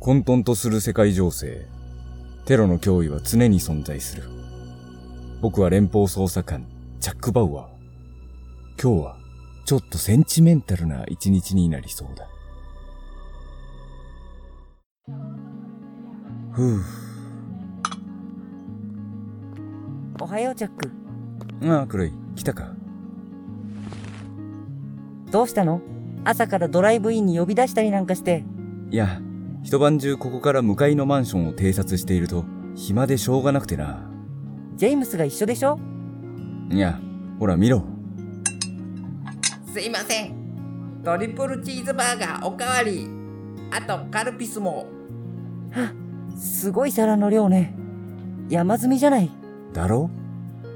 混沌とする世界情勢。テロの脅威は常に存在する。僕は連邦捜査官、ジャック・バウアー。今日は、ちょっとセンチメンタルな一日になりそうだ。ふぅ。おはよう、ジャック。ああ、黒い。来たか。どうしたの朝からドライブインに呼び出したりなんかして。いや、一晩中ここから向かいのマンションを偵察していると、暇でしょうがなくてな。ジェームスが一緒でしょいや、ほら見ろ。すいませんトリプルチーズバーガーおかわりあとカルピスもすごい皿の量ね。山積みじゃない。だろ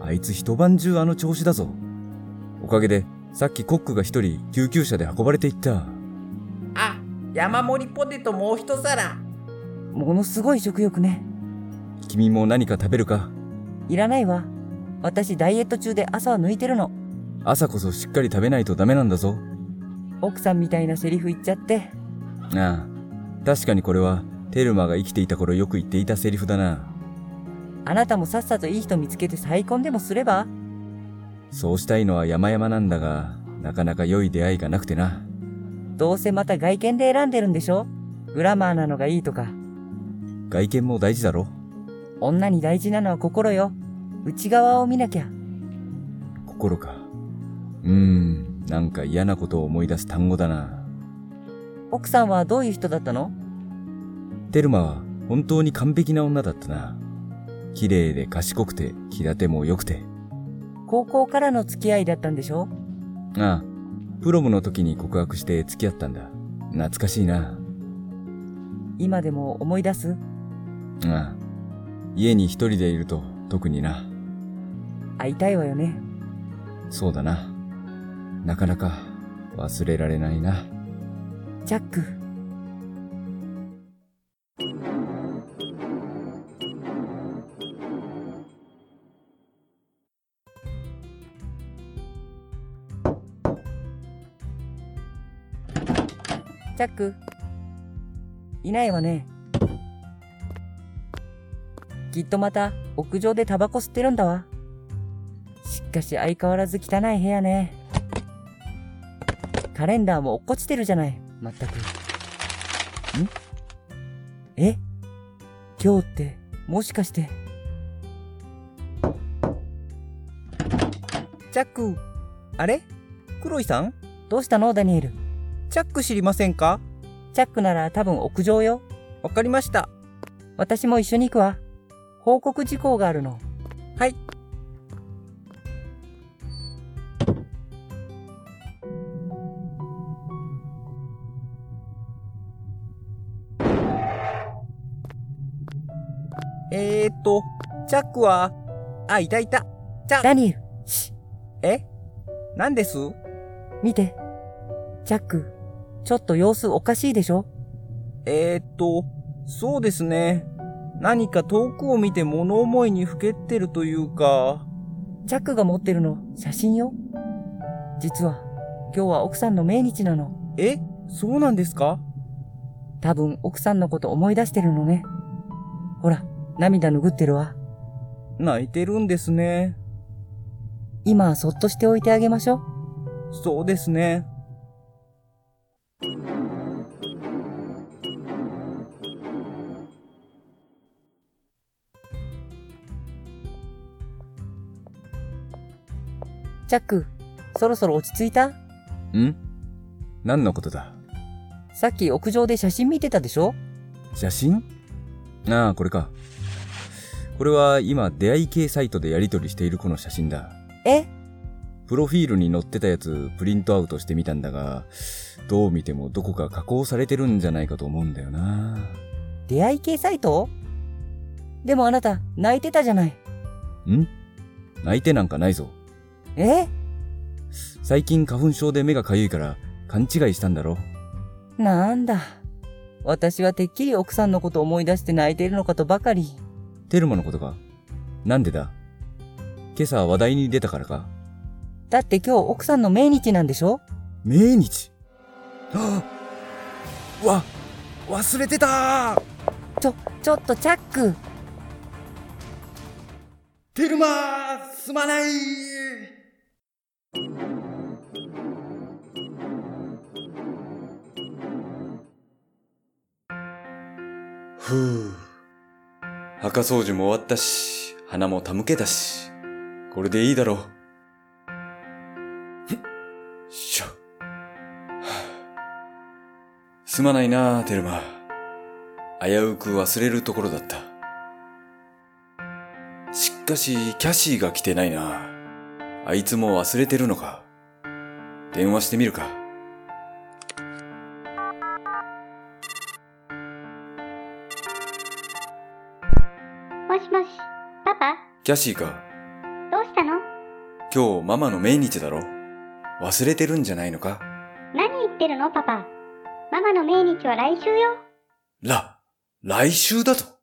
あいつ一晩中あの調子だぞ。おかげで、さっきコックが一人救急車で運ばれていった。あ山盛りポテトもう一皿ものすごい食欲ね。君も何か食べるかいらないわ。私ダイエット中で朝は抜いてるの。朝こそしっかり食べないとダメなんだぞ。奥さんみたいなセリフ言っちゃって。ああ。確かにこれは、テルマが生きていた頃よく言っていたセリフだな。あなたもさっさといい人見つけて再婚でもすればそうしたいのは山々なんだが、なかなか良い出会いがなくてな。どうせまた外見で選んでるんでしょグラマーなのがいいとか。外見も大事だろ女に大事なのは心よ。内側を見なきゃ。心か。うーん、なんか嫌なことを思い出す単語だな。奥さんはどういう人だったのテルマは本当に完璧な女だったな。綺麗で賢くて、気立ても良くて。高校からの付き合いだったんでしょああ、プロムの時に告白して付き合ったんだ。懐かしいな。今でも思い出すああ、家に一人でいると特にな。会いたいわよね。そうだな。なかなか忘れられないな。ジャック。ジャック。いないわね。きっとまた屋上でタバコ吸ってるんだわ。しかし相変わらず汚い部屋ね。カレンダーも落っこちてるじゃない。まったく。んえ今日って、もしかして。ジャック、あれ黒井さんどうしたのダニエル。ジャック知りませんかチャックなら多分屋上よ。わかりました。私も一緒に行くわ。報告事項があるの。はい。えーっと、ジャックは、あ、いたいた。ジャッダニエル、え何です見て。チャック、ちょっと様子おかしいでしょえーっと、そうですね。何か遠くを見て物思いにふけってるというか、チャックが持ってるの、写真よ。実は、今日は奥さんの命日なの。えそうなんですか多分奥さんのこと思い出してるのね。ほら、涙拭ってるわ。泣いてるんですね。今はそっとしておいてあげましょう。そうですね。チャック、そろそろ落ち着いたん何のことださっき屋上で写真見てたでしょ写真ああ、これか。これは今出会い系サイトでやり取りしている子の写真だ。えプロフィールに載ってたやつプリントアウトしてみたんだが、どう見てもどこか加工されてるんじゃないかと思うんだよな。出会い系サイトでもあなた、泣いてたじゃない。ん泣いてなんかないぞ。え最近花粉症で目がかゆいから勘違いしたんだろ。なんだ。私はてっきり奥さんのこと思い出して泣いているのかとばかり。テルマのことかなんでだ今朝話題に出たからかだって今日奥さんの命日なんでしょ命日 ああわ、忘れてたちょ、ちょっとチャックテルマーすまないふぅ。墓掃除も終わったし、花も手向けたし、これでいいだろう。しょ。はあすまないなあ、テルマ。危うく忘れるところだった。しかし、キャシーが来てないな。あいつも忘れてるのか。電話してみるか。もしもし、パパ、キャシーか。どうしたの今日ママの命日だろ忘れてるんじゃないのか何言ってるの、パパ。ママの命日は来週よ。ら、来週だと